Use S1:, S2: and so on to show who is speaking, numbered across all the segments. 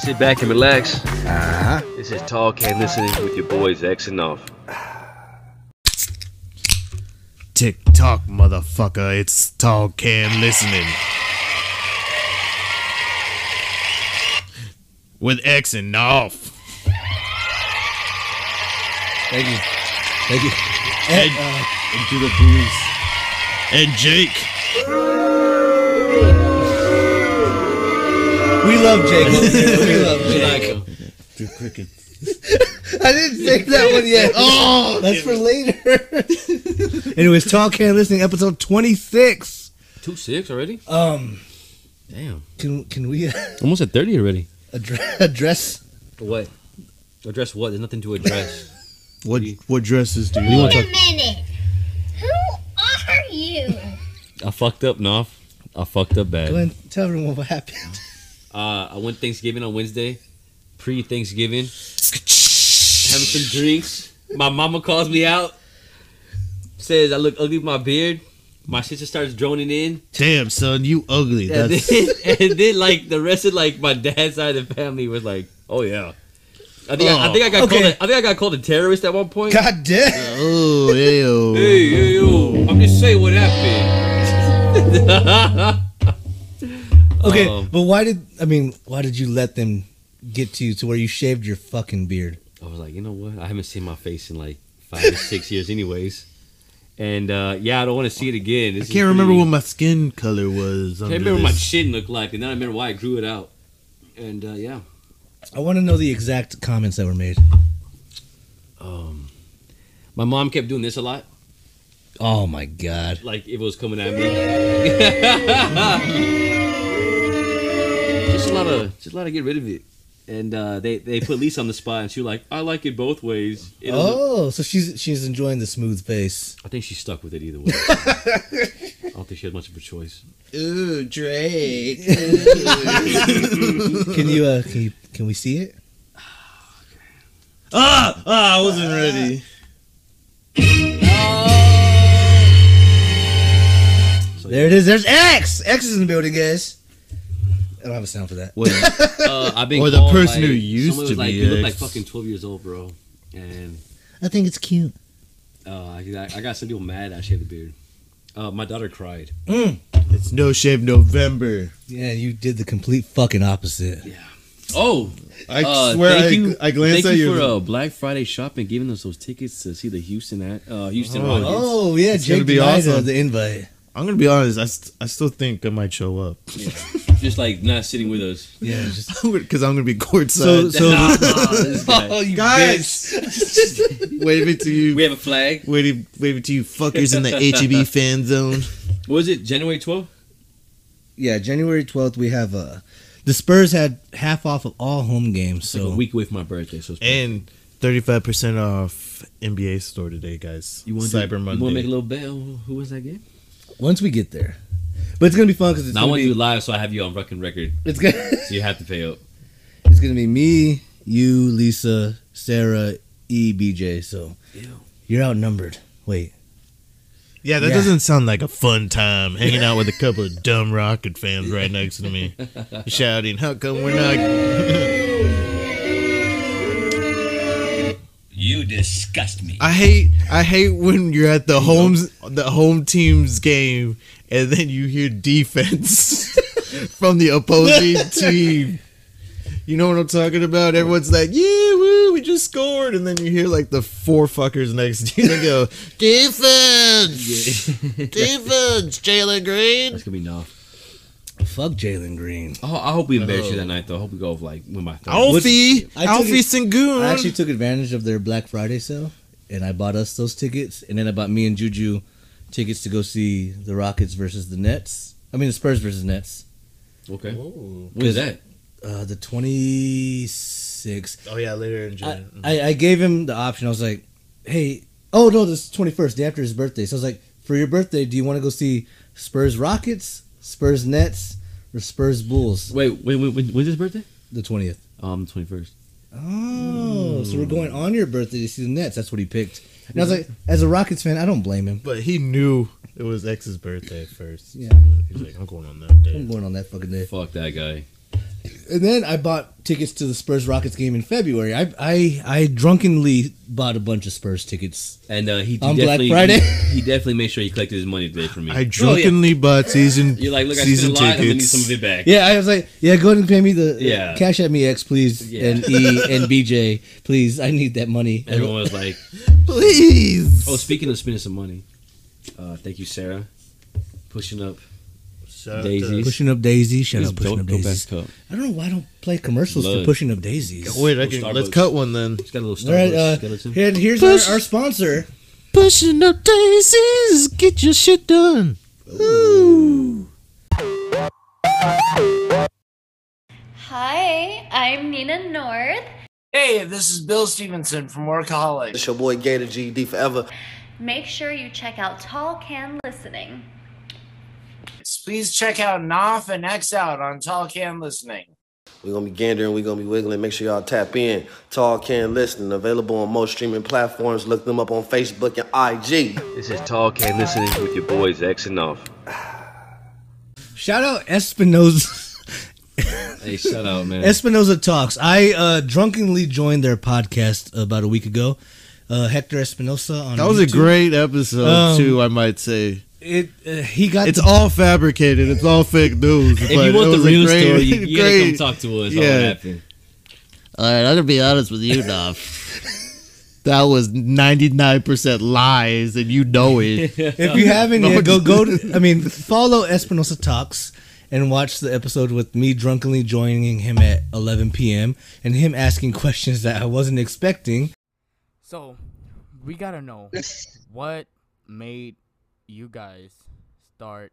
S1: Sit back and relax.
S2: Uh-huh.
S1: This is Tall Can Listening with your boys X and Off.
S3: Tick tock, motherfucker. It's Tall Can listening. With X and off.
S2: Thank you. Thank you.
S3: And,
S2: Into the booze.
S3: and Jake.
S2: We love Jake. we love Jake.
S4: Too crickets.
S2: I didn't save that one yet.
S3: Oh,
S2: That's for later. Anyways, Tall Can Listening, episode 26.
S4: Two six already?
S2: Um,
S4: Damn.
S2: can can we
S4: Almost at thirty already.
S2: address, address
S4: What? Address what? There's nothing to address.
S3: what what dresses do you
S4: you
S3: want?
S4: want
S5: Wait
S4: to?
S5: a minute. Who are you?
S4: I fucked up, Noff. I fucked up bad.
S2: Go ahead and tell everyone what happened?
S4: Uh, I went Thanksgiving on Wednesday, pre Thanksgiving. Having some drinks. My mama calls me out. Says I look ugly with my beard. My sister starts droning in.
S3: Damn, son, you ugly.
S4: And
S3: That's
S4: then, and then like the rest of like my dad's side of the family was like, oh yeah. I think
S3: Oh.
S4: I, I think I got
S2: Okay.
S4: called a, I think I got called a terrorist at one point.
S2: God damn.
S3: oh, ew.
S4: Hey, hey, yo. I'm just saying what happened.
S2: Okay,
S4: Um,
S2: but why did I mean? Why did you let them get to you to where you shaved your fucking beard?
S4: I was like, you know what? I haven't seen my face in like five or six years, anyways. And uh, yeah, I don't want to see it again.
S3: I can't remember what my skin color was.
S4: I
S3: Under
S4: can't remember my
S3: this.
S4: chin looked like, and then I remember why I grew it out. And uh, yeah,
S2: I want to know the exact comments that were made.
S4: um, my mom kept doing this a lot.
S2: Oh my god!
S4: Like if it was coming at me, just a lot of just a lot of get rid of it. And uh, they they put Lisa on the spot, and she was like, I like it both ways. It was-
S2: Oh, so she's she's enjoying the smooth face.
S4: I think she stuck with it either way. I don't think she had much of a choice.
S3: Ooh, Drake.
S2: Can you uh can you, can we see it?
S3: ah, ah, I wasn't ready.
S2: There it is. There's X. X is in the building, guys. I don't have a sound for that.
S3: Wait,
S4: Uh, I've been
S3: Or the
S4: called,
S3: person who
S4: like,
S3: used
S4: someone
S3: to
S4: was like,
S3: be
S4: You look like
S3: ex.
S4: fucking twelve years old, bro. And
S2: I think it's cute.
S4: uh, I, I got some people mad. I shaved the beard. Uh, my daughter cried.
S3: it's No Shave November.
S2: Yeah, you did the complete fucking opposite.
S4: Oh,
S3: I
S4: uh,
S3: swear,
S4: thank
S3: I,
S4: you.
S3: I glanced
S4: thank
S3: at
S4: you
S3: your
S4: for uh, Black Friday shopping, giving us those tickets to see the Houston at uh, Houston
S3: Oh.
S4: Rockets.
S2: Oh yeah,
S3: It's gonna
S2: Jake
S3: be
S2: denied
S3: awesome.
S2: uh, the invite.
S3: I'm gonna be honest. I, st- I still think I might show up
S4: Just like not sitting with us.
S2: Yeah, just
S3: because I'm gonna be
S2: so
S3: courtside.
S2: so.
S4: Nah, nah, this guy.
S2: you
S3: Guys! waving to you,
S4: we have a flag.
S3: waving, waving to you, fuckers in the HEB fan zone.
S4: What was it January twelfth?
S2: Yeah, January twelfth we have uh the Spurs had half off of all home games.
S4: It's like
S2: So
S4: a week away from my birthday. So it's
S3: And 35% off NBA store today, guys.
S4: you want
S3: Cyber
S4: to, You
S3: Monday.
S4: want to make a little bet? on Who was that game?
S2: once we get there, but it's gonna be fun because it's
S4: No, I
S2: gonna
S4: want
S2: be
S4: you live, so I have you on fucking record.
S2: it's gonna
S4: So you have to pay up.
S2: it's gonna be me, you, Lisa, Sarah, E, BJ. So
S4: Ew.
S2: you're outnumbered. Wait,
S3: yeah, that
S2: Yeah.
S3: doesn't sound like a fun time hanging out with a couple of dumb Rocket fans right next to me, shouting, How come we're not?
S4: You disgust me.
S3: I hate I hate when you're at the homes the home team's game and then you hear defense from the opposing team. You know what I'm talking about? Everyone's like, "Yeah, woo, we just scored," and then you hear like the four fuckers next to you they go, "Defense, defense, Jalen Green."
S4: That's gonna be enough.
S2: fuck Jalen Green.
S4: I, ho- I hope we embarrass you that night, though. I hope we go with, like win by thirty.
S3: Alfie,
S2: I took
S3: Alfie
S2: it-
S3: Sengun.
S2: I actually took advantage of their Black Friday sale, and I bought us those tickets, and then I bought me and Juju tickets to go see the Rockets versus the Nets. I mean the Spurs versus Nets.
S4: Okay. What is that?
S2: Uh, the twenty six.
S3: oh yeah, later in
S2: I,
S3: June.
S2: I, I gave him the option. I was like, hey, oh no, this is 21st, day after his birthday. So I was like, for your birthday, do you want to go see Spurs Rockets, Spurs Nets, or Spurs Bulls
S4: Wait, wait, wait, wait when's his birthday?
S2: the 20th?
S4: Um, twenty first.
S2: Oh, so we're going on your birthday to see the Nets. That's what he picked. And I was like, as a Rockets fan, I don't blame him.
S3: but he knew it was X's birthday first.
S2: Yeah.
S3: He's like, "I'm going on that day."
S2: I'm going on that fucking day.
S4: Fuck that guy.
S2: and then I bought tickets to the Spurs Rockets game in February. I I I drunkenly bought a bunch of Spurs tickets.
S4: And uh, he, he
S2: On Black
S4: definitely
S2: Friday? Oh,
S4: He, he definitely made sure he collected his money today for me.
S3: I drunkenly bought season
S4: You're like, look, I
S3: season
S4: spent a lot. I'm gonna need
S3: tickets.
S4: some of it back.
S2: Yeah, I was like, yeah, go ahead and pay me the uh,
S4: Yeah.
S2: cash at me X, please,
S4: Yeah.
S2: and E and BJ, please. I need that money.
S4: Everyone was like,
S3: Please.
S4: "Oh, speaking of spending some money, uh, thank you, Sarah, pushing up
S3: Uh,
S6: Shout out
S4: Daisies.
S2: Pushing up Daisy, shut
S4: This
S2: up, pushing
S4: dope-
S2: up
S4: dope
S2: daisies.
S4: ass cup.
S2: I don't know why I don't play commercials for
S4: Love.
S2: pushing up daisies.
S3: to- Wait, I
S4: Oh,
S3: can,
S4: Starbucks.
S3: let's cut one then.
S4: It's got a little Starbucks
S2: All right, uh,
S4: skeleton.
S2: here, here's
S3: Push-
S2: our, our sponsor.
S3: Pushing up daisies, get your shit done.
S5: Hi, I'm Nina North.
S6: Hey, this is Bill Stevenson from Workaholics.
S7: It's your boy Gator GD forever.
S5: Make sure you check out Tall Can Listening.
S6: Please check out Knopf and X Out on Tall Can Listening.
S7: We're gonna be gandering, we're gonna be wiggling. Make sure y'all tap in. Tall Can Listening, available on most streaming platforms. Look them up on Facebook and IG.
S1: This is Tall Can Listening with your boys X and Off.
S2: Shout out Espinosa.
S4: hey, shout out, man.
S2: Espinosa Talks. I uh, drunkenly joined their podcast about a week ago. Uh, Hector Espinosa on
S3: That was a
S2: YouTube.
S3: great episode
S2: Um,
S3: too, I might say.
S2: It uh, he got
S3: It's
S2: the-
S3: all fabricated. It's all fake news.
S4: if you want the real story, you, you gotta come talk to us. Yeah.
S3: yeah.
S4: All happened.
S3: All right, I'm gonna be honest with you, Duff. that was 99% lies, and you know it.
S2: if you haven't
S3: No,
S2: yet, go
S3: just-
S2: go. To, I mean, follow Espinosa Talks and watch the episode with me drunkenly joining him at 11 p.m. and him asking questions that I wasn't expecting.
S8: So, we gotta know what made you guys start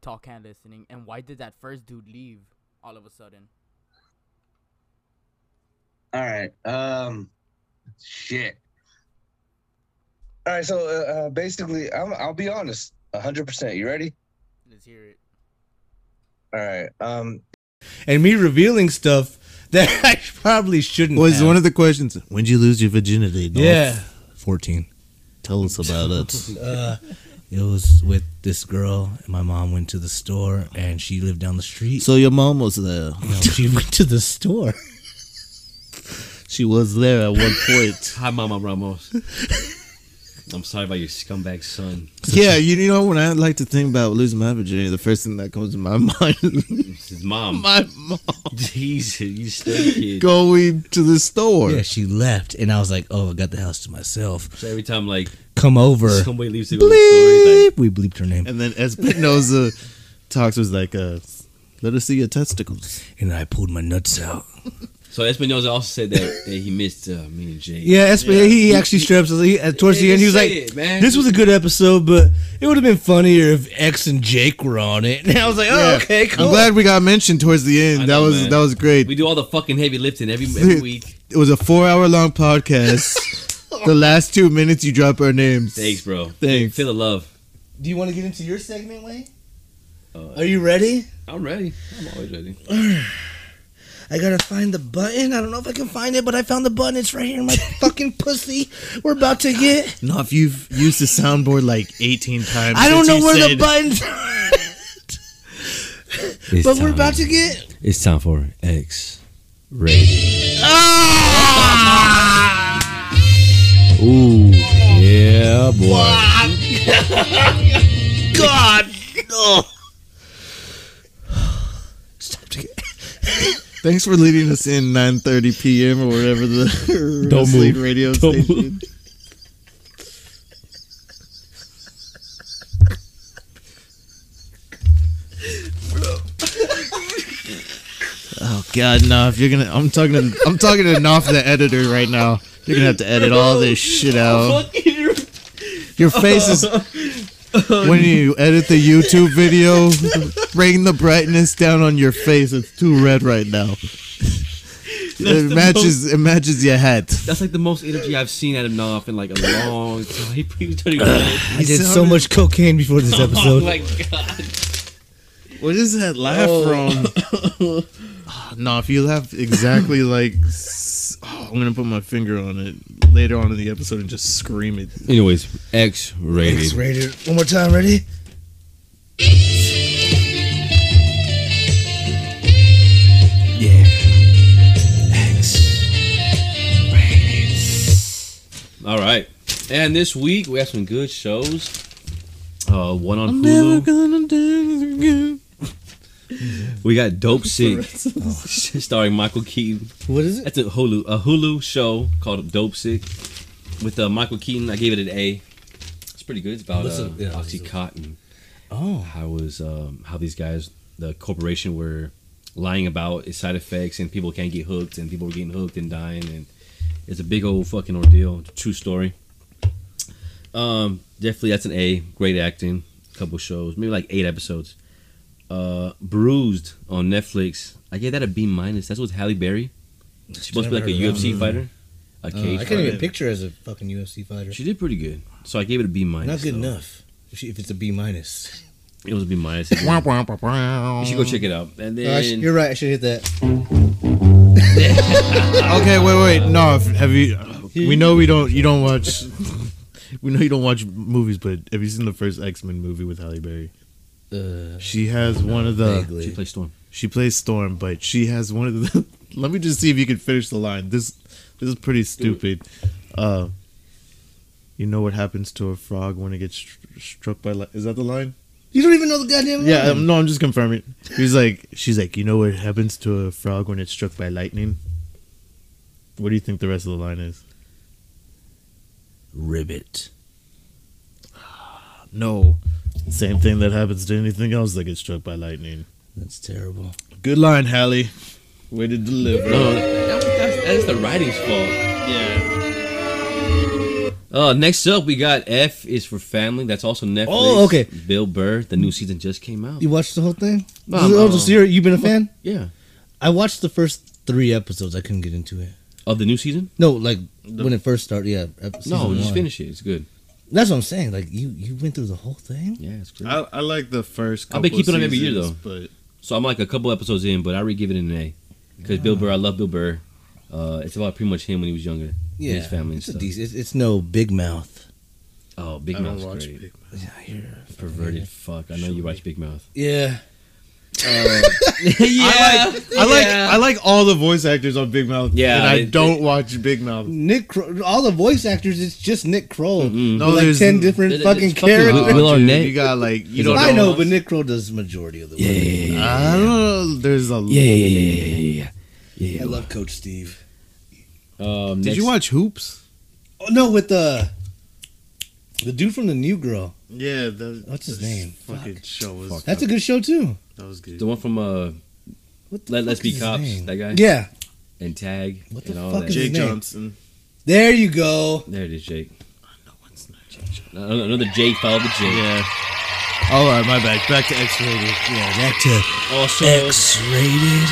S8: talking and listening, and why did that first dude leave all of a sudden?
S9: All right. Um, shit. All right. So uh, uh, basically, I'm, I'll be honest, hundred percent. You ready?
S8: Let's hear it.
S9: All right. Um,
S2: and me revealing stuff that I probably shouldn't.
S3: was
S2: have.
S3: one of the questions. When'd you lose your virginity, Dolph?
S2: yeah, fourteen.
S3: Tell us about it.
S2: Uh, it was with this girl. and My mom went to the store, and she lived down the street. So
S3: so your mom was there.
S2: she went to the store.
S3: She was there at one point.
S4: Hi, Mama Ramos. I'm sorry about your scumbag son.
S3: yeah, you, you know, when I like to think about losing my virginity, the first thing that comes to my mind is
S4: It's his mom.
S3: my mom
S4: Jesus, you stupid kid.
S3: going to the store.
S2: Yeah, she left, and I was like, "Oh, I got the house to myself.
S4: So every time like
S2: Come over."
S4: somebody leaves to go to the store, he's like,
S2: we bleeped her name,
S3: And then Espinosa uh, talks was like, uh, let us see your testicles.
S2: and I pulled my nuts out.
S4: so Espinosa also said that, that he missed uh, me and Jay.
S2: Yeah, Esp- he actually straps us. He, uh, towards the
S4: Yeah,
S2: end, he was
S4: just
S2: like,
S4: say it, man.
S2: "This was a good episode, but it would have been funnier if X and Jake were on it." And I was like, "Oh, okay, cool."
S3: I'm glad we got mentioned towards the end.
S4: I
S3: that
S4: know,
S3: was
S4: man.
S3: that was great.
S4: We do all the fucking heavy lifting every every week.
S3: it was a four hour long podcast. the last two minutes you drop our names.
S4: Thanks, bro.
S3: Thanks.
S4: Feel the love.
S2: Do you want to get into your segment, Wayne? Are you ready?
S4: I'm ready. I'm always ready.
S2: I gotta find the button. I don't know if I can find it, but I found the button. It's right here in my fucking pussy. We're about to get.
S3: No, if you've used the soundboard like 18 times.
S2: I don't
S3: since
S2: know
S3: you
S2: where the
S3: said-
S2: buttons. are, but we're about to get.
S4: It's time for X rated.
S2: Ah! Ooh, yeah, boy.
S3: God. no. Thanks for leading us in 9:30 p.m. or whatever the
S2: Don't
S3: wrestling
S2: move.
S3: radio
S2: Don't
S3: station. Oh God, no! If you're gonna, I'm talking to, I'm talking to Knopf, the editor, right now. You're gonna have to edit all this shit out. Your face is when you edit the YouTube video. Bring the brightness down on your face. It's too red right now. It matches. It matches your hat.
S4: That's like the most energy I've seen out of Knopf in like a long time. He, he was turning red.
S2: I did so much cocaine before this
S4: Oh
S2: episode.
S4: my god.
S3: What is that laugh
S2: Oh.
S3: from? no, if you laugh exactly like, s- oh, I'm gonna put my finger on it later on in the episode and just scream it.
S4: Anyways, X
S2: It's
S4: rated.
S2: rated. One more time, ready?
S4: And this week we have some good shows. Uh, one on Hulu.
S3: gonna do this again.
S4: We got Dope Sick, starring Michael Keaton.
S2: What is it?
S4: That's a Hulu a Hulu show called Dope Sick with uh, Michael Keaton. I gave it an A. It's pretty good. It's about
S2: What's
S4: uh,
S2: up? Yeah, it's a-
S4: OxyContin.
S2: Oh,
S4: how was um, how these guys, the corporation, were lying about its side effects, and people can't get hooked, and people were getting hooked and dying, and it's a big old fucking ordeal. True story. Um, definitely that's an A. Great acting. Couple shows, maybe like eight episodes. Uh, Bruised on Netflix. I gave that a B minus. That's with Halle Berry. She's supposed to be like a
S2: Never heard of
S4: UFC
S2: that.
S4: fighter, a
S2: Uh,
S4: cage
S2: I can't
S4: fighter.
S2: even picture her as a fucking UFC fighter.
S4: She did pretty good, so I gave it a B minus.
S2: Not good
S4: though.
S2: enough. If, she, if it's a B minus,
S4: It was a B minus. you should go check it out. And then
S2: Oh, I sh- you're right. I should hit that.
S3: Okay, wait, wait. No, if, have you? We know we don't. You don't watch. We know you don't watch movies, but have you seen the first X Men movie with Halle Berry?
S2: Uh,
S3: She has one of the.
S2: vaguely.
S4: she plays Storm.
S3: She plays Storm, but she has one of the. Let me just see if you can finish the line. This this is pretty stupid. Uh, you know what happens to a frog when it gets str- struck by light? Is that the line?
S2: You don't even know the goddamn.
S3: Yeah.
S2: line.
S3: Um, no, I'm just confirming. He's like, she's like, you know what happens to a frog when it's struck by lightning? What do you think the rest of the line is?
S2: ribbit.
S3: No. Same thing that happens to anything else that gets struck by lightning.
S2: That's terrible.
S3: Good line, Hallie. Way to deliver.
S4: No, Uh, that, that's, that is the writing's fault. Yeah. Uh, next up, we got F is for Family. That's also Netflix.
S2: Oh, okay.
S4: Bill Burr. The new season just came out.
S2: You watched the whole thing?
S4: No,
S2: oh,
S4: no.
S2: so you're, you've been a fan?
S4: Yeah.
S2: I watched the first three episodes. I couldn't get into it.
S4: Of the new season?
S2: No, like when it first started. Yeah. ep-
S4: no,
S2: season
S4: just
S2: one.
S4: finish it. It's good.
S2: That's what I'm saying. Like you, you went through the whole thing.
S4: Yeah, it's great.
S3: I, I like the first.
S4: I've been
S3: couple
S4: keeping up every year,
S3: seasons, But
S4: so I'm like a couple episodes in, but I already give it an A because Bill Burr. I love Bill Burr. Uh, it's about pretty much him when he was younger.
S2: Yeah.
S4: His family and
S2: It's, a
S4: stuff.
S2: dec- it's, it's no big mouth.
S4: Oh, Big
S3: I don't
S4: Mouth's
S3: watch
S4: great.
S3: Big Mouth.
S2: Yeah. you're-
S4: Perverted fuck. I know you watch Big Mouth.
S2: Yeah.
S3: I like, I like, I like all the voice actors on Big Mouth.
S4: Yeah,
S3: and I
S4: they-
S3: don't watch Big Mouth.
S2: Nick, Cro- all the voice actors, it's just Nick Kroll.
S4: Mm-hmm.
S2: with,
S3: No,
S2: like
S3: there's-
S2: ten different
S4: It- it-
S2: fucking
S4: it's fucking
S2: characters.
S4: Will- Will
S3: Dude,
S4: Arnett.
S3: You got like, you don't
S2: I know, but Nick Kroll does the majority of the work.
S3: I don't know. There's a. Yeah.
S4: yeah, yeah, yeah, yeah, yeah.
S2: I love Coach Steve.
S4: Um,
S3: Did
S4: next-
S3: you watch Hoops?
S2: Oh no, with the the dude from the New Girl.
S3: Yeah. That,
S2: What's his
S3: this
S2: name?
S3: Fucking show was
S4: Fuck.
S2: That's a good show too.
S3: that was good.
S4: the one from uh?
S2: What
S4: Let- Let's
S2: fuck
S4: Be
S2: is his
S4: Cops,
S2: name?
S4: that guy?
S2: Yeah,
S4: and tag
S2: What the
S4: and all
S2: fuck
S4: that.
S2: is-
S3: Jake
S2: his name?
S3: Johnson.
S2: there you go.
S4: there it is, Jake.
S3: No, it's not Jake Johnson.
S4: Another another Jake followed the Jake.
S3: Yeah.
S4: Oh,
S3: All
S4: uh,
S3: right, my bad. Back to X rated. Yeah.
S2: Back to
S4: Also,
S2: X-rated.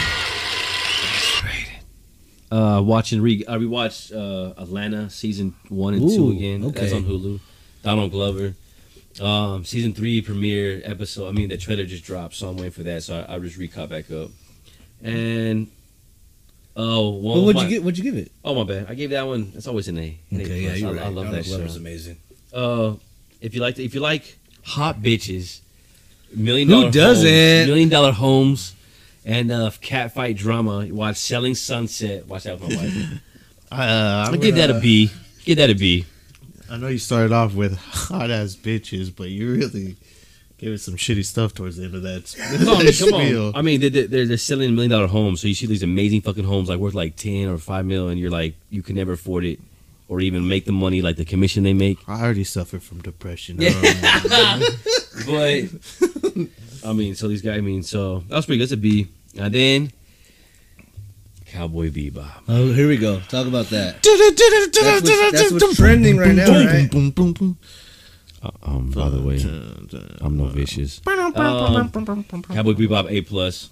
S4: uh, watching re uh, we watched uh, Atlanta season one and two
S2: Ooh,
S4: again. That's
S2: okay.
S4: on Hulu. Donald Glover. Um, season three premiere episode. I mean, the trailer just dropped, so I'm waiting for that. So I, I just recaught back up. And oh, one
S2: But
S4: of
S2: what'd
S4: my-
S2: you get? What'd you give it?
S4: Oh my bad, I gave that one. That's always an A. An A plus. I, I love that show.
S2: amazing.
S4: Uh, if you like, if you like hot bitches, million
S2: Who
S4: dollar
S2: doesn't?
S4: homes, million dollar homes, and uh, cat fight drama. Watch Selling Sunset. Watch that with my wife.
S3: Uh,
S4: I give that a B. Give that a B.
S3: I know you started off with hot ass bitches, but you really gave it some shitty stuff towards the end of that.
S4: No, I mean, come
S3: spiel.
S4: on. I mean, they're, they're, they're selling million dollar homes, so you see these amazing fucking homes like worth like ten or five mil, and you're like, you can never afford it, or even make the money like the commission they make.
S3: I already suffer from depression.
S4: Yeah.
S3: Um,
S4: But I mean, so these guys. I mean, so that was pretty good. That's a B. And then Cowboy Bebop.
S2: Oh, here we go. Talk about that. That's what's, that's what's trending right now, right?
S3: Boom, boom, boom.
S4: Um, by the way, I'm no vicious. Um, Cowboy Bebop A plus.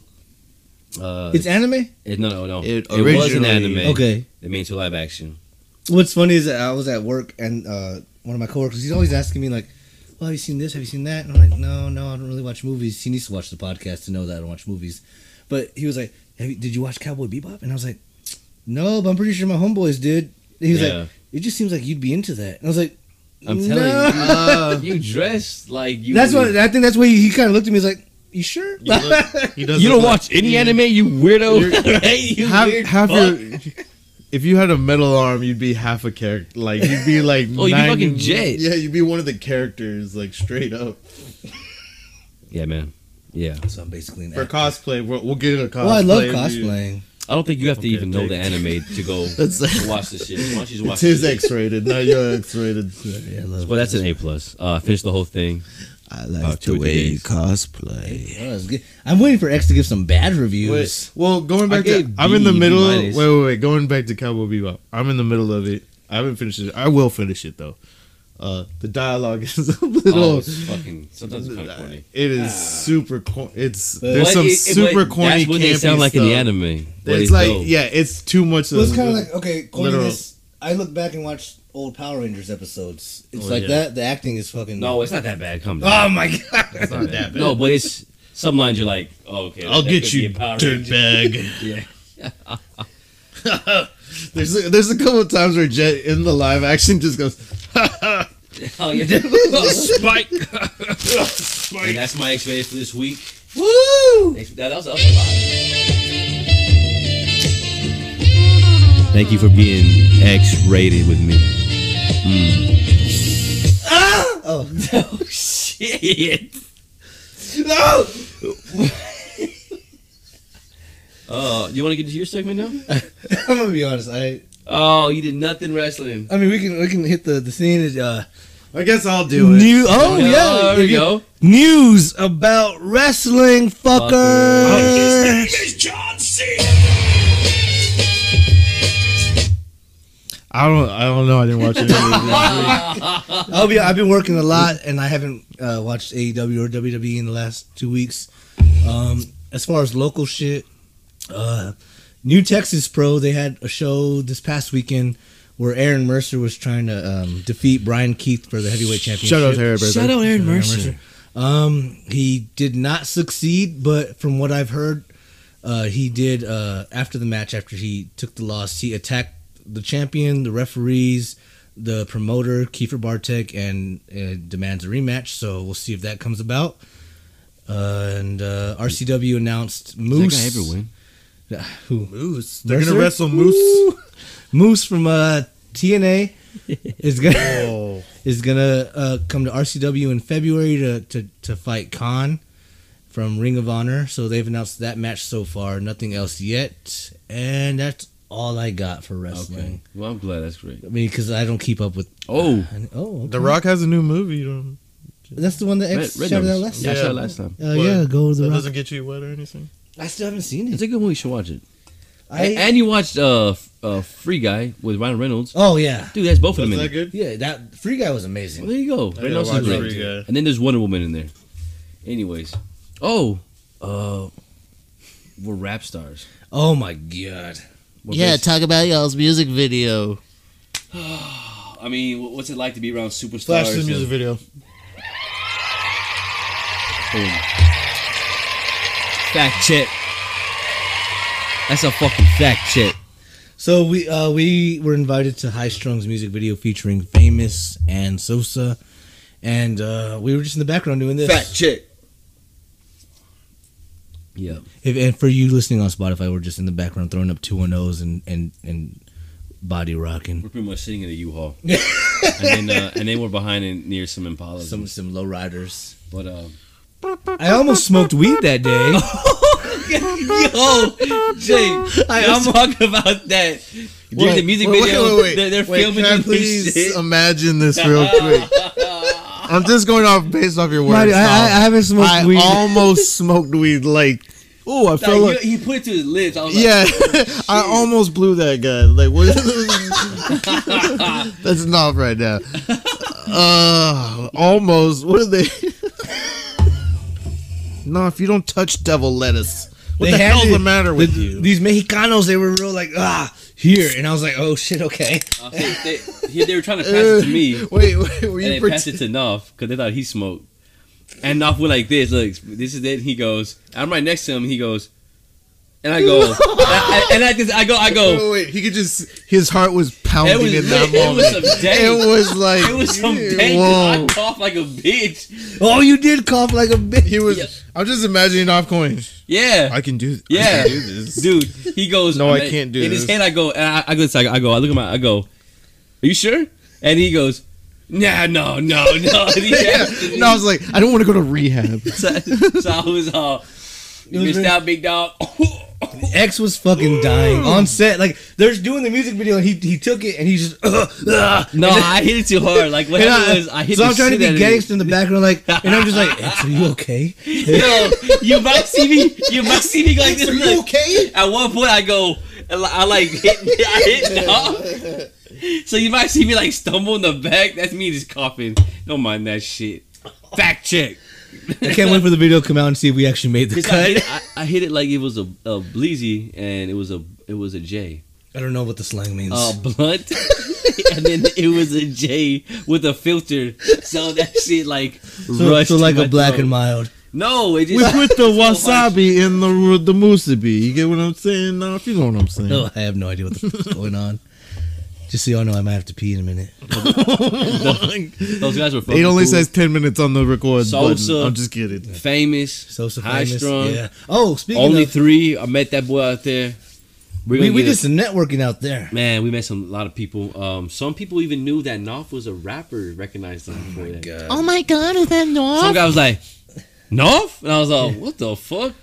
S4: Uh,
S2: It's anime.
S4: it- no, no, no.
S3: It
S4: It, was an
S3: originally-
S4: anime.
S2: Okay.
S4: They made it to live action.
S2: What's funny is that I was at work and uh, one of my coworkers, he's always asking me like, "Well, have you seen this? Have you seen that?" And I'm like, "No, no, I don't really watch movies." He needs to watch the podcast to know that I don't watch movies. But he was like, have you, "Did you watch Cowboy Bebop?" And I was like, "No, but I'm pretty sure my homeboys did." And he was
S4: Yeah.
S2: like, "It just seems like you'd be into that." And I was like,
S4: I'm
S2: "No."
S4: telling you,
S3: uh,
S4: you dressed like you.
S2: That's what I think. That's why he, kind of looked at me. He's like, "You sure?"
S3: He does
S4: You don't
S3: look
S4: watch any anime, you weirdo. Hey, you
S3: like- Have,
S4: weird
S3: have
S4: fuck.
S3: your if you had a metal arm, you'd be half a character. Like you'd be like
S4: Oh, you'd be fucking Jet.
S3: Yeah, you'd be one of the characters, like straight up
S4: Yeah, man. Yeah.
S2: So I'm basically an
S3: for
S2: actor.
S3: cosplay. We'll, we'll get a cosplay.
S2: Well, I love
S3: dude.
S2: cosplaying.
S4: I don't think you have to
S3: Okay,
S4: even know the
S3: take-
S4: anime to go
S3: That's
S4: to watch this shit. Why don't you just watch
S3: it's his
S4: this shit?
S3: X-rated, not your X-rated.
S2: Yeah, I love
S4: Well, that's an A plus. Uh, finish the whole thing.
S3: I
S4: About
S3: like
S4: two
S3: the way you
S4: days.
S3: cosplay.
S2: Well, it's good. I'm waiting for X to give some bad reviews.
S3: Wait, well, going back to,
S4: gave
S3: I'm in the
S4: B
S3: middle. Wait,
S4: minus.
S3: wait, wait. Going back to Cowboy Bebop, I'm in the middle of it. I haven't finished it. I will finish it though. Uh, the dialogue is a
S4: Oh,
S3: little.
S4: it's fucking. Sometimes it's kind of corny.
S3: It is super corny. It's
S2: But-
S3: there's
S4: But
S3: some
S4: it- it- but
S3: super corny.
S4: That's what
S3: campy
S4: they sound like in the
S3: stuff.
S4: anime. But
S3: It's like
S4: dope.
S3: yeah, it's too much.
S2: Well, it's
S3: of-
S2: kind of like okay,
S3: Literal.
S2: corniness. I look back and watch old Power Rangers episodes. It's
S4: Oh,
S2: like
S4: yeah.
S2: that. The acting is fucking.
S4: No, it's not that bad. Come down.
S2: Oh my god.
S3: It's not that bad.
S4: No, but it's some lines you're like, oh, okay.
S3: I'll
S4: that
S3: get
S4: could be
S3: you,
S4: a Power Ranger.
S3: dirtbag.
S4: Yeah.
S3: there's a, there's a couple of times where Jet in the live action just goes,
S4: Oh, yeah. Spike. And that's my X rated for this week. Woo! That, that was, that was a lot. Thank you for being X rated with me.
S2: Oh,
S4: Oh, shit.
S2: no!
S4: Oh, you want to get into your segment now?
S2: I'm gonna be honest. I
S4: Oh, you did nothing wrestling.
S2: I mean we can we can hit the the scene. Uh,
S3: "I guess I'll do it."
S2: oh
S4: there we go.
S2: News about wrestling, fucker.
S3: I don't I don't know. I didn't watch it.
S2: I'll be, I've been working a lot, and I haven't uh, watched AEW or WWE in the last two weeks. Um, as far as local shit, uh, New Texas Pro they had a show this past weekend where Aaron Mercer was trying to um, defeat Brian Keith for the heavyweight championship.
S3: Shout out to Aaron Mercer. Shout
S2: out Aaron Mercer. Um, he did not succeed, but from what I've heard, uh, he did uh, after the match. After he took the loss, he attacked the champion, the referees, the promoter Kiefer Bartek, and uh, demands a rematch. So we'll see if that comes about. Uh, and uh, RCW announced Moose. Who? Moose.
S3: They're gonna wrestle Moose.
S2: Moose from uh, TNA is gonna
S3: Oh,
S2: is gonna uh, come to RCW in February to, to, to fight Khan from Ring of Honor. So they've announced that match so far. Nothing else yet, and that's all I got for
S4: Okay.
S2: wrestling.
S4: Well, I'm glad that's great.
S2: I mean, because I don't keep up with.
S4: Oh,
S2: Oh, okay.
S3: The Rock has a new movie. You know,
S2: That's the one that
S4: Red,
S2: X
S4: Red
S2: shouted out
S4: Notice.
S2: last
S4: Yeah, I
S2: time.
S4: shot
S3: Yeah.
S4: it last time.
S2: Uh, yeah, go to
S3: that
S2: the rock.
S3: doesn't get you wet or anything.
S2: I still haven't seen
S4: It's
S2: it.
S4: a good movie. You should watch it.
S2: I-
S4: and you watched uh, F- uh, Free Guy with Ryan Reynolds.
S2: oh yeah,
S4: Dude, that's both of
S3: Is
S4: them in
S3: that
S4: it.
S3: good?
S2: yeah. That Free Guy was
S4: Well,
S2: amazing.
S4: there you go.
S3: gotta
S4: Reynolds
S3: watch
S4: is great.
S3: Free Guy.
S4: And then there's Wonder Woman in there. Anyways, oh, uh, we're rap stars.
S2: Oh my god.
S4: We're basi-
S3: talk about y'all's music video.
S4: I mean, wh- what's it like to be around superstars?
S3: Flash the
S4: of-
S3: music video.
S4: Boom. Fact check. That's a fucking fact check.
S2: So we uh, we were invited to High Strung's music video featuring Famous and Sosa, and uh, we were just in the background doing this.
S4: check. Yeah.
S2: If, and for you listening on Spotify, we're just in the background throwing up two one O's and and and body rocking
S4: We're pretty much sitting in a U-Haul, and then uh, and then we're behind and near some Impalas.
S2: some some low riders.
S4: but um,
S2: I almost smoked weed that day.
S4: yo, Jake, I am talking about that during the music video. They're, they're filming
S3: Can I
S4: you
S3: please
S4: please.
S3: imagine this real quick? I'm just going off based off your words.
S2: Marty, I, I, I
S3: Tom.
S2: haven't smoked
S3: I
S2: weed.
S3: almost smoked weed. Like, oh, I felt like,
S4: he put it to his lips. I was like,
S3: yeah, I almost blew that guy. Like, what? That's not right now. Uh, almost. What are they? no, if you don't touch devil lettuce, what
S2: They
S3: the
S2: had
S3: hell's
S2: to-
S3: the matter with you?
S2: These Mexicanos, they were real like ah here, and I was like oh shit okay.
S4: I was like, they, they were trying to pass it to me, and
S3: Wait, wait were
S4: they
S3: you
S4: passed
S3: pretending?
S4: it to Knopf because they thought he smoked. And Knopf went like this. Look, this is it. He goes, I'm right next to him. He goes, and I go, and I, and I, just- I go, I go.
S3: Oh wait, he could just his heart was pounding
S4: It was,
S3: in that
S4: it was
S3: moment.
S4: some day.
S3: It was like
S4: It was some day. 'cause
S3: Whoa.
S4: I coughed like a bitch.
S2: Oh, you did cough like a bitch.
S3: He was. I'm just imagining off coin.
S4: Yeah.
S3: I can do. I
S4: Yeah,
S3: can do this.
S4: dude. He goes.
S3: No, I
S4: I'm-
S3: can't do
S4: In his
S3: this.
S4: hand, I go. And I, I go. I go. I look at my. I go. Are you sure? And he goes. Nah, no, no, no. And he asked me.
S3: And I was like, I don't want to go to rehab.
S4: So, so I was. Uh, you
S2: was
S4: missed
S2: very-
S4: out, big dog.
S2: X was fucking dying on set. Like they're doing the music video, and he he took it and he just. uh,
S4: no, I hit it too hard. Like what
S2: And
S4: happened was, I hit.
S2: so
S4: the
S2: I'm trying to
S4: shit out
S2: be
S4: of it.
S2: gangster in the background, like, and I'm just like, X, are you okay?
S4: Yo, you might see me. You might see me like this.
S2: Are you
S4: look.
S2: okay?
S4: At one point, I go, I like hit, I hit off. So you might see me like stumble in the back. That's me just coughing. Don't mind that shit. Fact check.
S2: I can't wait for the video to come out and see if we actually made the
S4: 'Cause I,
S2: cut.
S4: hit it, I, I hit it like it was a, a bleezy and it was a it was a J.
S2: I don't know what the slang means.
S4: Uh, blunt. and then it was a J with a filter. So that shit like
S2: so,
S4: rushed.
S2: so like
S4: my
S2: a black
S4: throat.
S2: and mild.
S4: No, it just
S3: with, with the wasabi and the the musubi. You get what I'm saying? Now, if you know what I'm saying.
S2: No, I have no idea what the fuck's going on. Just so y'all know, I might have to pee in a minute.
S4: those guys were. fucking
S3: It only
S4: cool.
S3: says ten minutes on the record.
S4: Salsa.
S3: Button. I'm just kidding.
S4: famous,
S2: So, so
S4: high
S2: famous.
S4: strung.
S2: Yeah. Oh, speaking
S4: Only
S2: of,
S4: three. I met that boy out there. We're
S2: we,
S4: gonna
S2: we
S4: get
S2: did
S4: a-
S2: some networking out there.
S4: man. We met some a lot of people. Um, some people even knew that Knopf was a rapper. Recognized him before that.
S3: Oh my god, is that normal?
S4: Some guy was like Knopf, and I was like, what the fuck?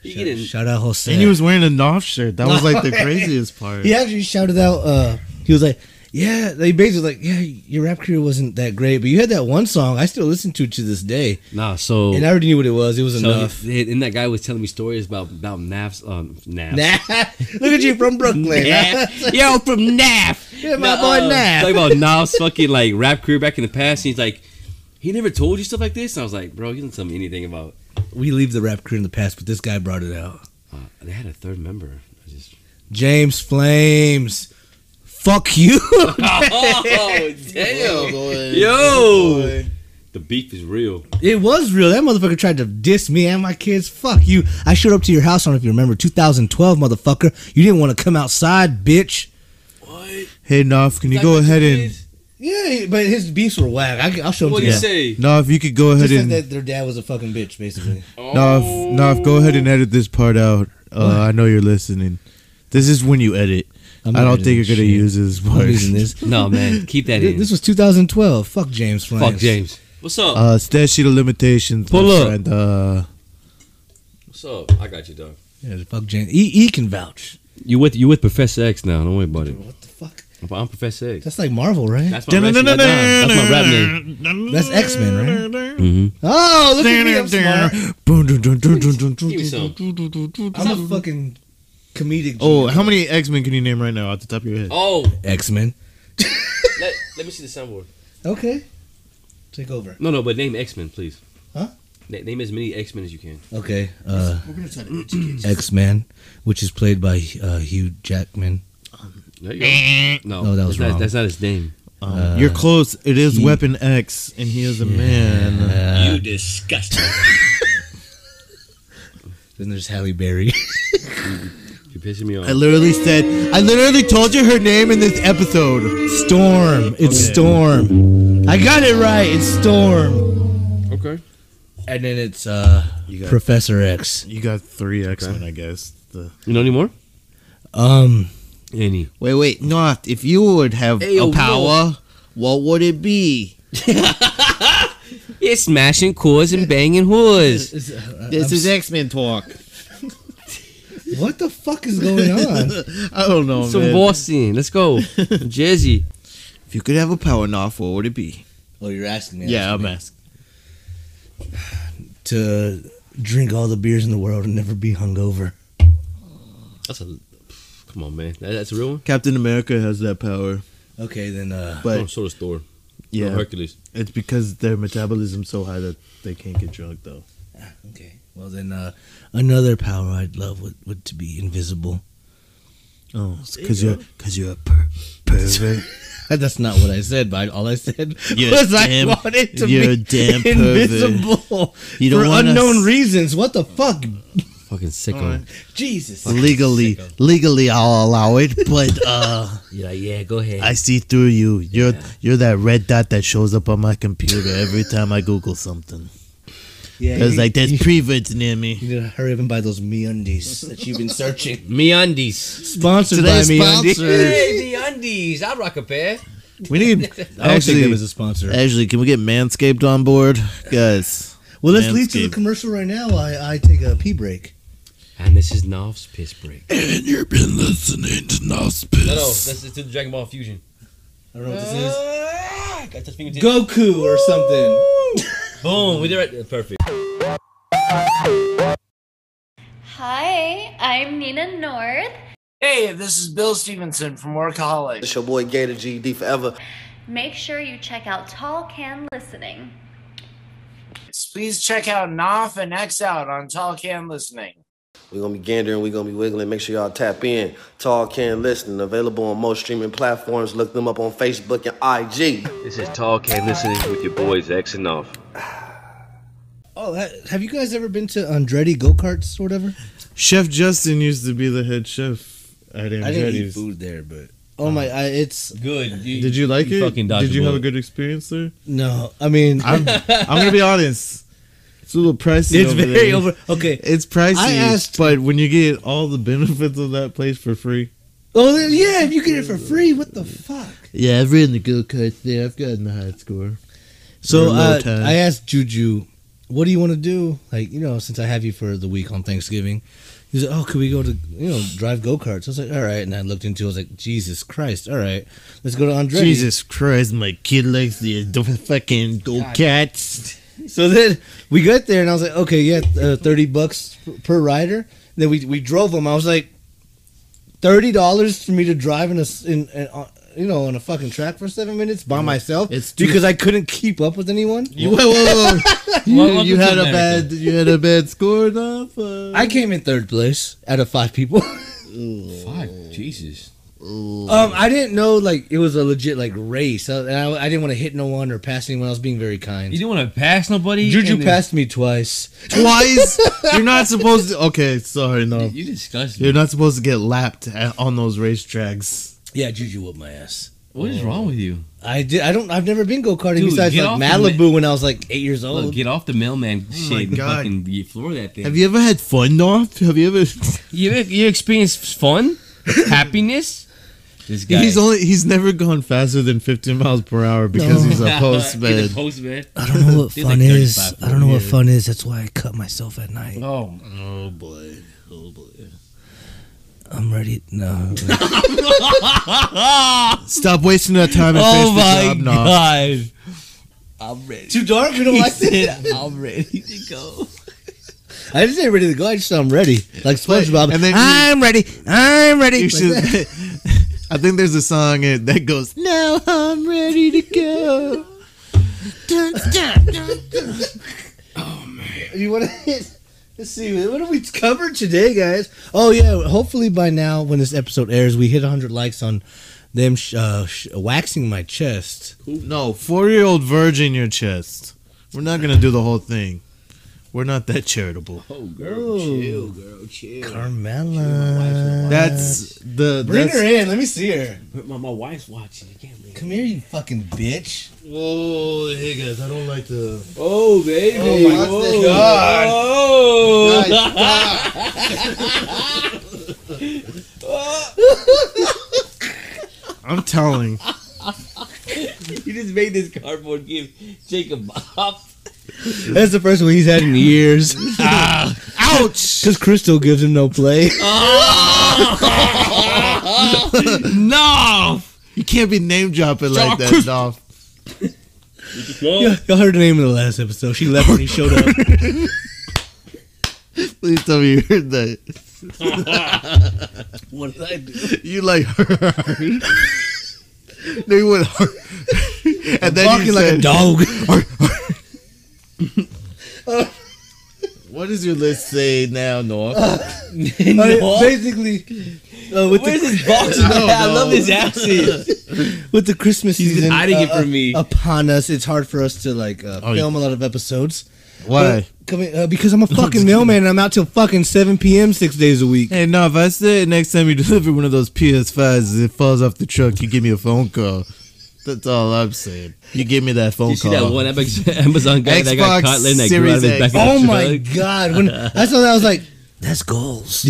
S4: He
S2: Shout,
S4: getting
S2: shout out Jose.
S3: And he was wearing a Knopf shirt. That was like the craziest part.
S2: He actually shouted out. Uh, he was like, "Yeah." They basically like, "Yeah, your rap career wasn't that great, but you had that one song I still listen to to this day,
S4: nah. So.
S2: and I already knew what it was. It was
S4: so
S2: enough."
S4: he- and that guy was telling me stories about about Naf's um Naf.
S2: Nah, look at you from Brooklyn.
S4: Naf. Yo, from Naf.
S2: Yeah, my boy Naf.
S4: Talking about Naf's fucking like rap career back in the past. And he's like, he never told you stuff like this. And I was like, bro, you didn't tell me anything about
S2: we leave the rap career in the past, but this guy brought it out.
S4: Uh, they had a third member. I just.
S2: James Flames. Fuck you.
S4: Oh damn! Yo, the beef is real.
S2: It was real. That motherfucker tried to diss me and my kids. Fuck you. I showed up to your house. I don't know if you remember 2012, motherfucker. You didn't want to come outside, bitch.
S3: Hey Knopf, can you go ahead and
S2: Yeah, but his beefs were whack. I, will show him
S4: What
S2: to
S4: do
S2: you.
S4: you say?
S3: Knopf, you could go ahead
S2: Just said
S3: and
S2: that their dad was a fucking bitch, basically.
S3: Knopf, Knopf, go ahead and edit this part out. Uh, I know you're listening. This is when you edit.
S2: I'm
S3: I
S2: not
S3: don't think you're
S2: editing
S3: gonna use
S2: shit.
S3: this
S2: I'm
S3: part.
S2: using this.
S4: No man, keep that in.
S2: This was 2012. Fuck James Flames.
S4: Fuck James. What's up?
S3: Uh, stat sheet of limitations. my
S4: Pull up.
S3: friend. Uh,
S4: What's up? I got you, dog.
S2: Yeah, fuck James. He, he can vouch.
S4: You with you with Professor X now? Don't worry about it.
S2: What the fuck?
S4: I'm Professor X.
S2: That's like Marvel, right?
S4: That's my, rap- that's my rap name.
S2: That's X Men, right? Oh, look at me. I'm smart.
S4: Give me some.
S2: I'm a fucking comedic.
S3: Oh, how many X Men can you name right now off the top of your head?
S4: Oh,
S2: X Men.
S4: let, let me see the soundboard.
S2: Okay. Take over.
S4: No, no, but name X Men, please.
S2: Huh?
S4: Na- name as many X Men as you can.
S2: Okay. Uh, X Men, which is played by uh, Hugh Jackman.
S4: There you go. No,
S2: No, that was
S4: that's not,
S2: wrong.
S4: That's not his name.
S3: Um, you're close. It is
S2: he-
S3: Weapon X, and he is a man.
S4: you disgusting.
S2: Then there's Halle Berry.
S4: You're pissing me off.
S3: I literally said, I literally told you her name in this episode.
S2: Storm. It's Storm. I got it right. It's Storm.
S4: Okay.
S2: And then it's uh,
S3: got-
S2: Professor X.
S3: You got three X Men, I guess. The
S4: You know any more?
S2: Um,
S4: Any.
S3: wait, wait, not if you would have
S4: Hey, yo,
S3: what would it be?
S4: It's smashing cores and banging whores.
S2: Uh,
S3: This is X Men talk.
S2: what the fuck is going on?
S3: I don't know,
S4: It's from Boston. Let's go. Jersey.
S3: If you could have a power knob, what would it be?
S2: oh, you're asking me.
S3: Yeah, I'm asking.
S2: To drink all the beers in the world and never be hungover.
S4: That's a. pff, Come on, man. That- that's a real one?
S3: Captain America has that power,
S2: Okay, then. Uh,
S4: But, oh,
S3: but
S4: so does Thor.
S3: yeah,
S4: No, Hercules.
S3: it's because their metabolism's so high that they can't get drunk though.
S2: okay. Well, then uh, another power I'd love would, would to be invisible.
S3: Oh, because you're because you're a per- pervert.
S2: That's not what I said, but I- all I said
S3: You're
S2: was
S3: damn-
S2: I wanted to
S3: you're
S2: be
S3: damn pervert.
S2: invisible
S3: You don't
S2: for
S3: wanna
S2: unknown
S3: s-
S2: reasons. What the fuck?
S4: Fucking sicko.
S2: Jesus.
S3: Legally, legally, I'll allow it, but uh,
S4: You're like, yeah, go ahead.
S3: I see through you. You're you're that red dot that shows up on my computer every time I Google something.
S2: Yeah,
S3: It's
S2: you,
S3: like there's prevents near me.
S2: you need to hurry up and buy those meundies that you've been searching.
S4: me undies.
S2: Sponsored
S3: Today's
S2: by meundies.
S3: sponsor.
S4: Hey, me undies. I'd rock a pair.
S3: We need
S2: I don't take them as
S3: actually,
S2: a sponsor.
S3: actually, can we get Manscaped on board, guys?
S2: well, let's leave to the
S3: Manscaped.
S2: commercial right now. I, I take a pee break.
S4: And this is Nov's piss break. No,
S3: And you've been listening to
S4: no,
S3: Nospice.
S4: this is to the Dragon Ball Fusion.
S2: I don't know what this
S3: Uh,
S2: is.
S4: Ah, gotta touch me with this.
S2: Goku or something.
S4: Boom, we did right. Perfect.
S5: Hi, I'm Nina North.
S6: Hey, this is Bill Stevenson from Workaholics.
S7: It's your boy Gator GD forever.
S5: Make sure you check out Tall Can Listening.
S6: Please check out Knopf and X out on Tall Can Listening.
S7: We're gonna be gandering, we're gonna be wiggling. Make sure y'all tap in. Tall Can Listening, available on most streaming platforms. Look them up on Facebook and IG.
S1: This is Tall Can Listening with your boys X and Off.
S2: Oh, that, have you guys ever been to Andretti go karts or whatever?
S3: Chef Justin used to be the head chef at
S2: I didn't eat
S3: Andretti's.
S2: food there, but oh my, I, it's
S4: Good.
S3: Did you like it?
S4: Fucking dodged
S3: Did you have a
S4: bullet.
S3: good experience there?
S2: no. I mean,
S3: I'm, I'm gonna be honest. It's a little pricey.
S2: it's
S3: over
S2: very
S3: there.
S2: over. Okay.
S3: It's pricey,
S2: I asked-
S3: but when you get all the benefits of that place for free,
S2: Oh then, yeah, if you get it for free, what the fuck?
S3: yeah, I've ridden the go kart there. I've gotten a high score.
S2: So
S3: Or low
S2: uh,
S3: tide.
S2: I asked Juju, "What do you want to do?" Like you know, since I have you for the week on Thanksgiving, he said, "Oh, could we go to you know drive go karts?" I was like, "All right." And I looked into, it, I was like, "Jesus Christ! All right, let's go to Andretti."
S3: Jesus Christ, my kid likes the do- fucking go karts.
S2: So then we got there, and I was like, "Okay, yeah, uh, thirty bucks per rider." then we we drove them. I was like, thirty dollars for me to drive in a s- in, in uh, you know on a fucking track for seven minutes by myself.
S3: It's too-
S2: because I couldn't keep up with anyone.
S3: You, whoa, whoa, whoa. You-
S4: Welcome
S3: you
S4: to
S3: had a
S4: America.
S3: bad, you had a bad score, enough. Uh,
S2: I came in third place out of five people.
S4: Fuck, Jesus.
S2: Um, I didn't know like it was a legit like race, Uh, and I, I didn't want to hit no one or pass anyone. I was being very
S4: You
S2: kind.
S4: didn't want to pass nobody.
S2: Juju
S4: and then-
S2: passed me twice.
S3: twice. You're not supposed to. Okay, sorry, no.
S4: You disgusting.
S3: You're not supposed to get lapped at, on those racetracks.
S2: Yeah, Juju whooped my ass.
S4: What is wrong with you?
S2: I did. I don't. I've never been go karting
S4: Dude,
S2: besides
S4: get
S2: like
S4: off the
S2: Malibu when I was like eight years old.
S4: Look, get off the mailman shit and
S3: God.
S4: fucking get- floor that thing.
S3: Have you ever had fun, North? Have you ever?
S4: You you experience fun, happiness. This guy.
S3: He's only he's never gone faster than 15 miles per hour because he's a postman.
S4: He's a postman.
S2: I don't know what
S4: He's like fun is. 35, I don't know what yeah.
S2: fun is. That's why I cut myself at night.
S4: Oh,
S3: oh boy, oh boy!
S2: I'm ready. No.
S3: Stop wasting that time. And
S4: oh
S3: finish the
S4: my
S3: job, North.
S4: god! I'm ready.
S2: Too dark. You don't
S4: He
S2: like
S4: said,
S2: that.
S4: I'm ready to go.
S2: I just ain't ready to go. I just said I'm ready. Like SpongeBob.
S3: and then you-
S2: I'm ready. I'm ready.
S3: You
S2: Like
S3: should.
S2: that.
S3: I think there's a song in- that goes, "Now I'm ready to
S2: Oh,
S3: go." Dun, dun, dun, dun.
S2: You want to hit? Let's see. What have we covered today, guys? Oh yeah. Hopefully by now, when this episode airs, we hit 100 likes on them sh- uh, sh- waxing my chest.
S3: No, four-year-old virgin, your chest. We're not gonna do the whole thing. We're not that charitable.
S4: Oh,
S2: Ooh. chill,
S4: girl, chill.
S2: Carmela.
S3: That's the.
S2: Bring
S3: that's-
S2: her in. Let me see her.
S4: My, my wife's watching. I can't leave.
S2: Come here, you fucking bitch.
S3: Whoa, hey guys, I don't like the.
S4: Oh, baby.
S3: Whoa.
S4: Oh.
S3: I'm telling.
S4: You just made this cardboard give Jacob Bob.
S2: That's the first one he's had in years.
S3: Ouch!
S2: Because Crystal gives him no play.
S3: no! You can't be name dropping like that, Dolph.
S2: Y'all y'all heard her name in the last episode. She left when he showed up.
S3: Please tell me you heard that.
S2: what did I do?
S3: You like her. they went hard. and then
S2: Barking
S3: you
S2: like a
S3: said,
S2: dog.
S3: What does your list say now, North?
S2: Uh, basically, uh, with
S4: Where's
S2: the
S4: his box? I love his accent.
S2: with the Christmas
S4: He's
S2: season
S4: hiding it
S2: uh,
S4: from me.
S2: upon us, it's hard for us to like uh,
S3: Oh,
S2: film a lot of episodes.
S3: Why?
S2: Come in, uh, because I'm a fucking mailman and I'm out till fucking 7 p.m. six days a week.
S3: Hey, no, if I say next time you deliver one of those PS5s, it falls off the truck, you give me a phone call. That's all I'm saying. You give me that phone
S4: You see
S3: call.
S4: that one Amazon guy that got
S3: Xbox
S4: caught letting that
S3: Series
S4: girl out of his back
S3: X.
S4: of the
S2: Oh my
S4: truck?
S2: god! When I saw that, I was like, "That's goals."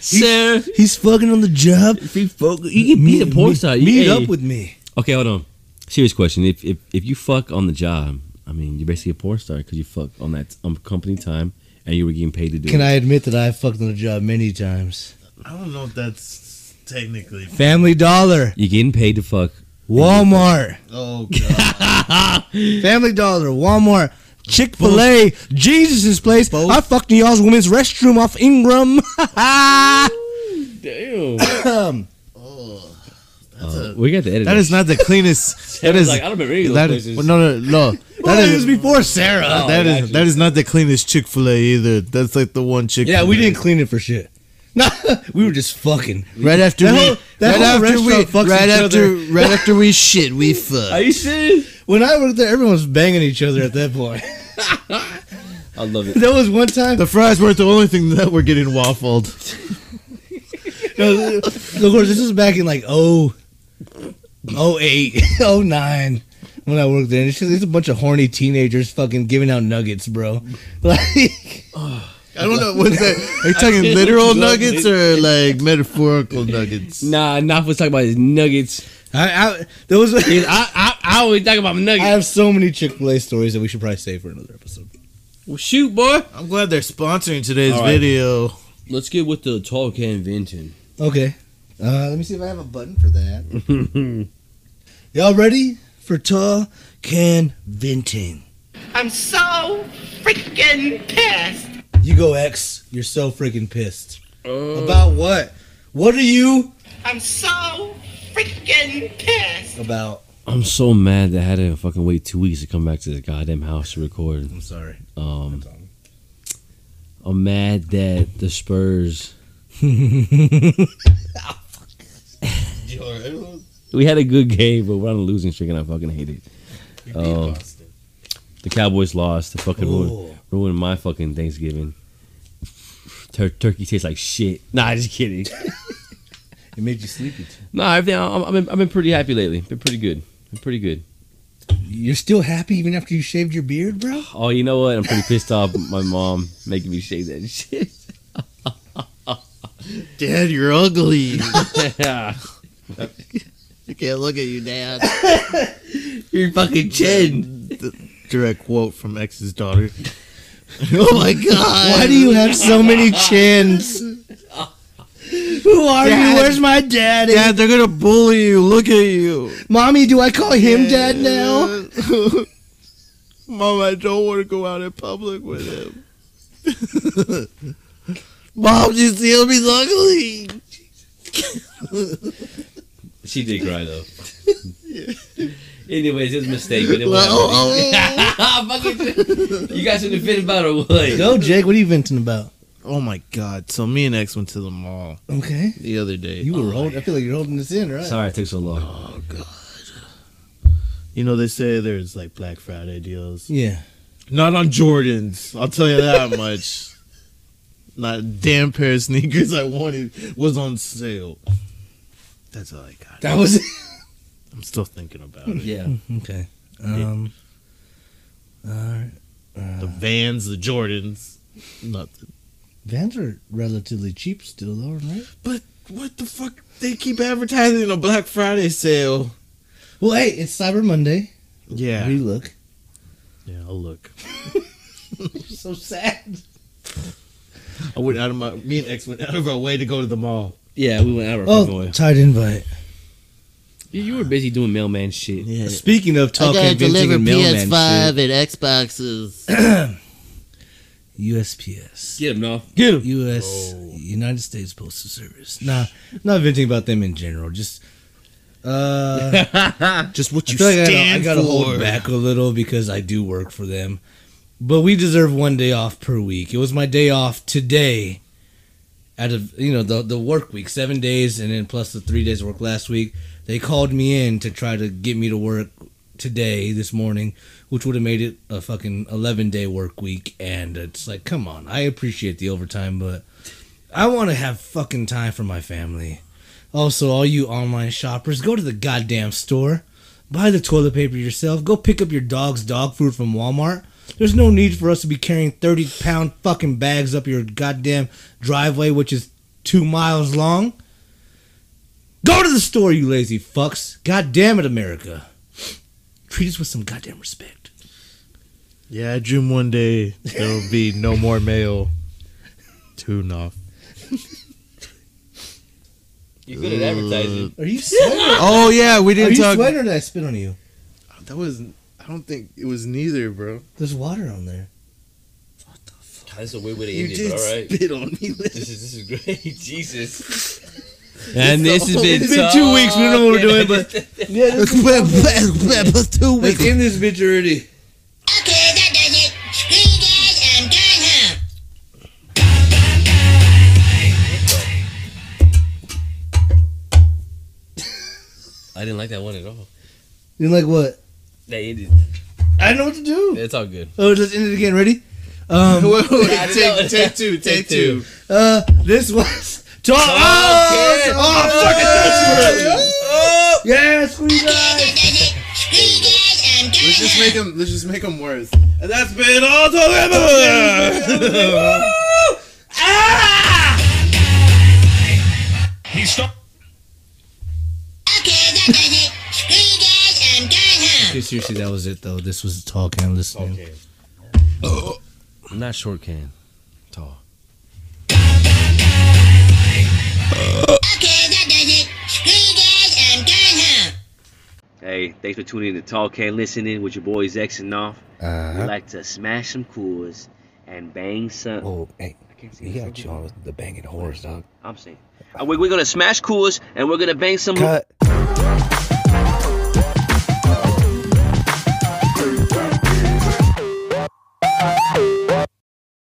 S4: Sir,
S2: He's fucking on the job.
S4: if you fuck- you can meet a porn star. You-
S2: Meet
S4: hey.
S2: up with me.
S4: Okay, hold on. Serious question: If if, if you fuck on the job, I mean, you're basically a porn star because you fuck on that um, company time and you were getting paid to do.
S2: Can
S4: it.
S2: I admit that I fucked on the job many times?
S3: I don't know if that's technically.
S2: Family Dollar,
S4: You're getting paid to fuck.
S2: Walmart,
S3: Oh, God.
S2: Family Dollar, Walmart, Chick Fil A, Jesus' place.
S3: Both.
S2: I fucked in y'all's women's restroom off Ingram.
S4: Damn.
S3: That's a-
S4: we got the edit.
S3: that is not the cleanest. that is.
S4: like, I don't remember any of those
S3: that is
S4: places. Oh,
S3: well, no, no, no.
S2: that is before Sarah.
S3: That
S4: I
S3: is
S4: got you.
S3: that is not the cleanest Chick Fil A either. That's like the one Chick.
S2: Yeah, we didn't clean it for shit. No, we were just fucking.
S3: Right after
S2: That
S3: we,
S2: whole- that whole
S3: right after we,
S2: restaurant fucks
S3: right
S2: each
S3: after, right after we shit, we fuck.
S4: you serious?
S2: When I worked there, everyone was banging each other at that point.
S4: I love it.
S2: there was one time.
S3: The fries weren't the only thing that were getting waffled.
S2: no, of course, this was back in like oh, oh eight, oh nine when I worked there. And it's, just, it's a bunch of horny teenagers fucking giving out nuggets, bro. Like,
S3: I don't know what's that. Are you talking literal nuggets or like metaphorical nuggets?
S4: Nah, Knopf was talking about his nuggets.
S2: I, I there was.
S4: I I, I always talk about
S2: I
S4: nuggets.
S2: have so many Chick Fil A stories that we should probably save for another episode.
S4: well, shoot, boy.
S3: I'm glad they're sponsoring today's
S4: All right.
S3: video.
S4: Let's get with the tall can venting.
S2: Okay, uh, let me see if I have a button for that. Y'all ready for tall can venting?
S10: I'm so freaking pissed.
S2: You go X. You're so freaking pissed.
S3: Oh.
S2: About what? What are you
S10: I'm so freaking pissed.
S2: about?
S4: I'm so mad that I had to fucking wait two weeks to come back to this goddamn house to record.
S2: I'm sorry.
S4: Um, I'm mad that the Spurs. We had a good game, but we're on a losing streak, and I fucking hate it. Um, the Cowboys lost. The fucking
S2: Ooh.
S4: ruined, ruined my fucking Thanksgiving. Tur- turkey tastes like shit. Nah, just kidding.
S2: It made you sleepy. Too.
S4: nah, everything. I'm, I've, been, I've been pretty happy lately. Been pretty good. Been pretty good.
S2: You're still happy even after you shaved your beard, bro?
S4: Oh, you know what? I'm pretty pissed off. at My mom making me shave that shit.
S3: Dad, you're ugly.
S4: Your
S3: you can't look at you, Dad.
S4: fucking chin.
S3: Direct quote from X's daughter. oh my God!
S2: Why do you have so many chins? Who are
S3: Dad.
S2: you? Where's my daddy?
S3: Dad, they're gonna bully you. Look at you.
S2: Mommy, do I call him dad now?
S3: Mom, I don't want to go out in public with him. Mom, you see him? He's ugly.
S4: She did cry though. Anyways, it was a mistake, but it
S3: Oh,
S4: was.
S3: oh,
S4: you guys should have been about or what?
S2: Go, Jake. What are you venting about?
S3: oh my god. So me and X went to the mall
S2: Okay.
S3: the other day.
S2: You were holding. I feel like you're holding this in, right?
S4: Sorry, it took so long.
S3: You know, they say there's like Black Friday deals.
S2: Yeah.
S3: Not on Jordans. I'll tell you that much. Not a damn pair of sneakers I wanted was on sale. That's all I got.
S2: That was.
S3: I'm still thinking about it.
S4: Yeah.
S2: okay. Um. uh, All right.
S3: The Vans, the Jordans, nothing.
S2: Vans are relatively cheap still, though, right?
S3: But what the fuck? They keep advertising a Black Friday sale.
S2: Well, hey, it's Cyber Monday.
S3: Yeah.
S2: We look.
S3: Yeah, I'll look.
S2: So sad.
S3: I went out of my. Me and X went out of our way to go to the mall.
S4: Yeah, we went out of our fucking
S2: Oh,
S4: way.
S2: tight invite.
S4: You, you were busy doing mailman shit.
S3: Yeah.
S2: Speaking of talking, venting, and mailman shit.
S3: and Xboxes.
S2: USPS.
S4: Get him, no.
S2: Get Oh. US United States Postal Service. Nah, I'm not venting about them in general. Just uh,
S3: Just what
S2: I
S3: you
S2: feel like I gotta, I
S3: stand
S2: gotta
S3: for.
S2: hold back a little because I do work for them. But we deserve one day off per week. It was my day off today. Out of you know the the work week, seven days, and then plus the three days of work last week. They called me in to try to get me to work today this morning which would have made it a fucking 11 day work week. And it's like, come on, I appreciate the overtime, but I want to have fucking time for my family. Also, all you online shoppers, go to the goddamn store. Buy the toilet paper yourself. Go pick up your dog's dog food from Walmart. There's no need for us to be carrying 30 pound fucking bags up your goddamn driveway, which is two miles long. Go to the store, you lazy fucks. God damn it, America. Treat us with some goddamn respect.
S3: Yeah, I dream one day there'll be no more mail. Tune off.
S4: You good at advertising.
S2: Are you sweating?
S3: Oh yeah, we
S2: Are
S3: didn't
S2: you
S3: talk.
S2: sweating or did I spit on you?
S3: That was. I don't think it was neither, bro.
S2: There's water on there.
S4: God, That's a weird way to end it, but all right.
S3: spit on me.
S4: This is this is great. Jesus.
S3: And this has been
S4: It's
S3: been two weeks. We don't know what we're doing, but
S2: Yeah, this
S3: two
S2: Let's
S3: weeks.
S2: end this bitch already.
S10: Okay, that does it. Screw you guys, I'm done now.
S4: I didn't like that one at all.
S2: You're like, what?
S4: That ended.
S2: I don't know what to do.
S4: It's all good.
S2: Oh, let's end it again. Ready?
S3: Wait,
S2: Um,
S3: wait, wait,
S4: know.
S3: take, take two.
S4: Take
S3: Take,
S4: two.
S3: two.
S2: uh, this was. Talk. Oh,
S4: Okay.
S2: oh, fucking touch me. Yeah, squeeze
S10: Okay,
S2: guys.
S10: that does it. Screw you guys, I'm done
S3: Let's just
S10: now.
S3: make them. Let's just make them worse.
S2: And that's been all together.
S10: Okay, that does it. Screw you guys, I'm done now.
S2: Okay, seriously, that was it though. This was Tall Can Listening.
S4: Not short can. Tall.
S10: Okay, that does it. Screw you guys, I'm done now.
S1: Hey, thanks for tuning in to Talk Can Listening with your boys X and Off.
S4: Uh-huh.
S1: We
S2: Uh,
S1: like to smash some cools and bang some.
S2: oh, hey,
S1: I can't see
S2: you
S1: this.
S2: got you on the banging horse, dog.
S1: I'm saying. Uh, we- We're gonna smash cools and we're gonna bang some.
S2: Cut.